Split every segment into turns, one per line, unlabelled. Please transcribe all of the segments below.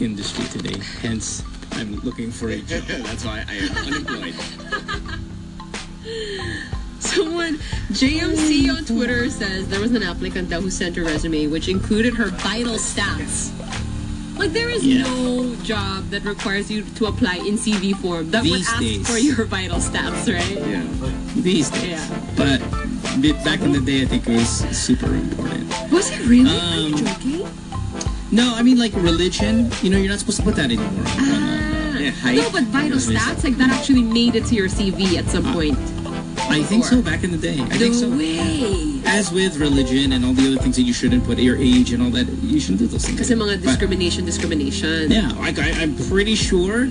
industry today. Hence, I'm looking for a job. That's why I am unemployed.
Someone, JMC on Twitter says there was an applicant that who sent her resume, which included her vital stats. Like there is
Yeah.
no job that requires you to apply in CV form that would
These
ask
days.
for your vital stats, right?
Yeah, these days.
Yeah.
But b- back in the day, I think it was super important.
Was it really? Are you
Um,
joking?
No, I mean like religion. You know, you're not supposed to put that anymore.
Ah.
yeah, height.
no, but vital
Yeah, there's-
stats like that actually made it to your CV at some point.
Ah, I think so. Back in the day, I think so.
No way.
As with religion and all the other things that you shouldn't put, your age and all that, you shouldn't do those things.
Kasi mga
But-
discrimination, discrimination.
Yeah, like I, I'm pretty sure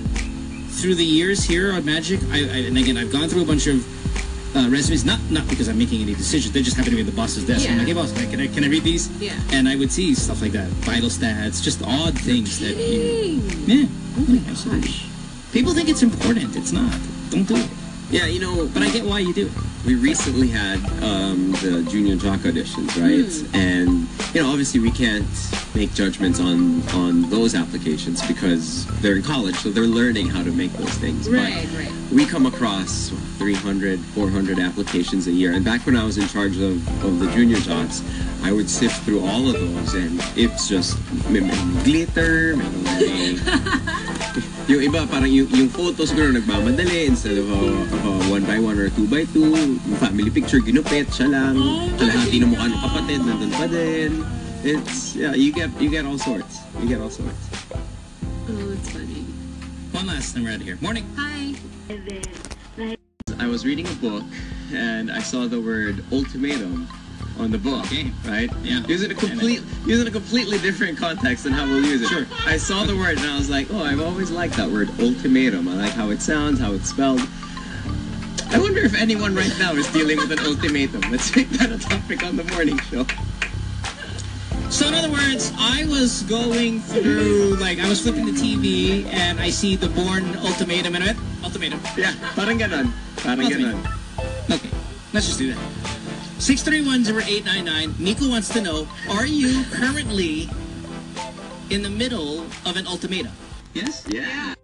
through the years here on Magic, I, I and again I've gone through a bunch of uh, resumes. Not not because I'm making any decisions. They just happen to be at the boss's desk. I'm
Yeah.
like, hey boss, can I can I read these?
Yeah.
And I would see stuff like that, vital stats, just odd things that you.
Dang.
Yeah.
Oh my
Yeah, absolutely.
gosh.
People think it's important. It's not. Don't do it.
Yeah, you know,
But I get why you do it.
we recently had um, the junior jock auditions, right?
Hmm.
And you know, obviously, we can't make judgments on on those applications because they're in college, so they're learning how to make those things.
Right,
But
right.
we come across 300, 400 applications a year. And back when I was in charge of, of the junior jocks, I would sift through all of those, and it's just may, may glitter, may, may yung iba parang yung, yung photos ko na nagmamadali instead of a, of a one by one or two by two yung family picture ginupit siya lang
Oh my
kalahati ng mukha ng kapatid nandun pa din it's yeah you get you get all sorts you get all sorts
Oh, that's funny.
One last thing we're out of here. Morning.
Hi.
I was reading a book and I saw the word ultimatum on the book,
Okay.
right?
Yeah.
Use it a complete, use it in a completely different context than how we'll use it.
Sure.
I saw the word and I was like, oh, I've always liked that word ultimatum. I like how it sounds, how it's spelled. I wonder if anyone right now is dealing with an ultimatum. Let's make that a topic on the morning show.
So in other words, I was going through like I was flipping the TV and I see the Born Ultimatum and I went, Ultimatum.
Yeah, parang ganon. Parang
Ultimatum.
ganon.
Okay, let's just do that. 631-0899, Nico wants to know, are you currently in the middle of an ultimatum? Yes?
Yeah.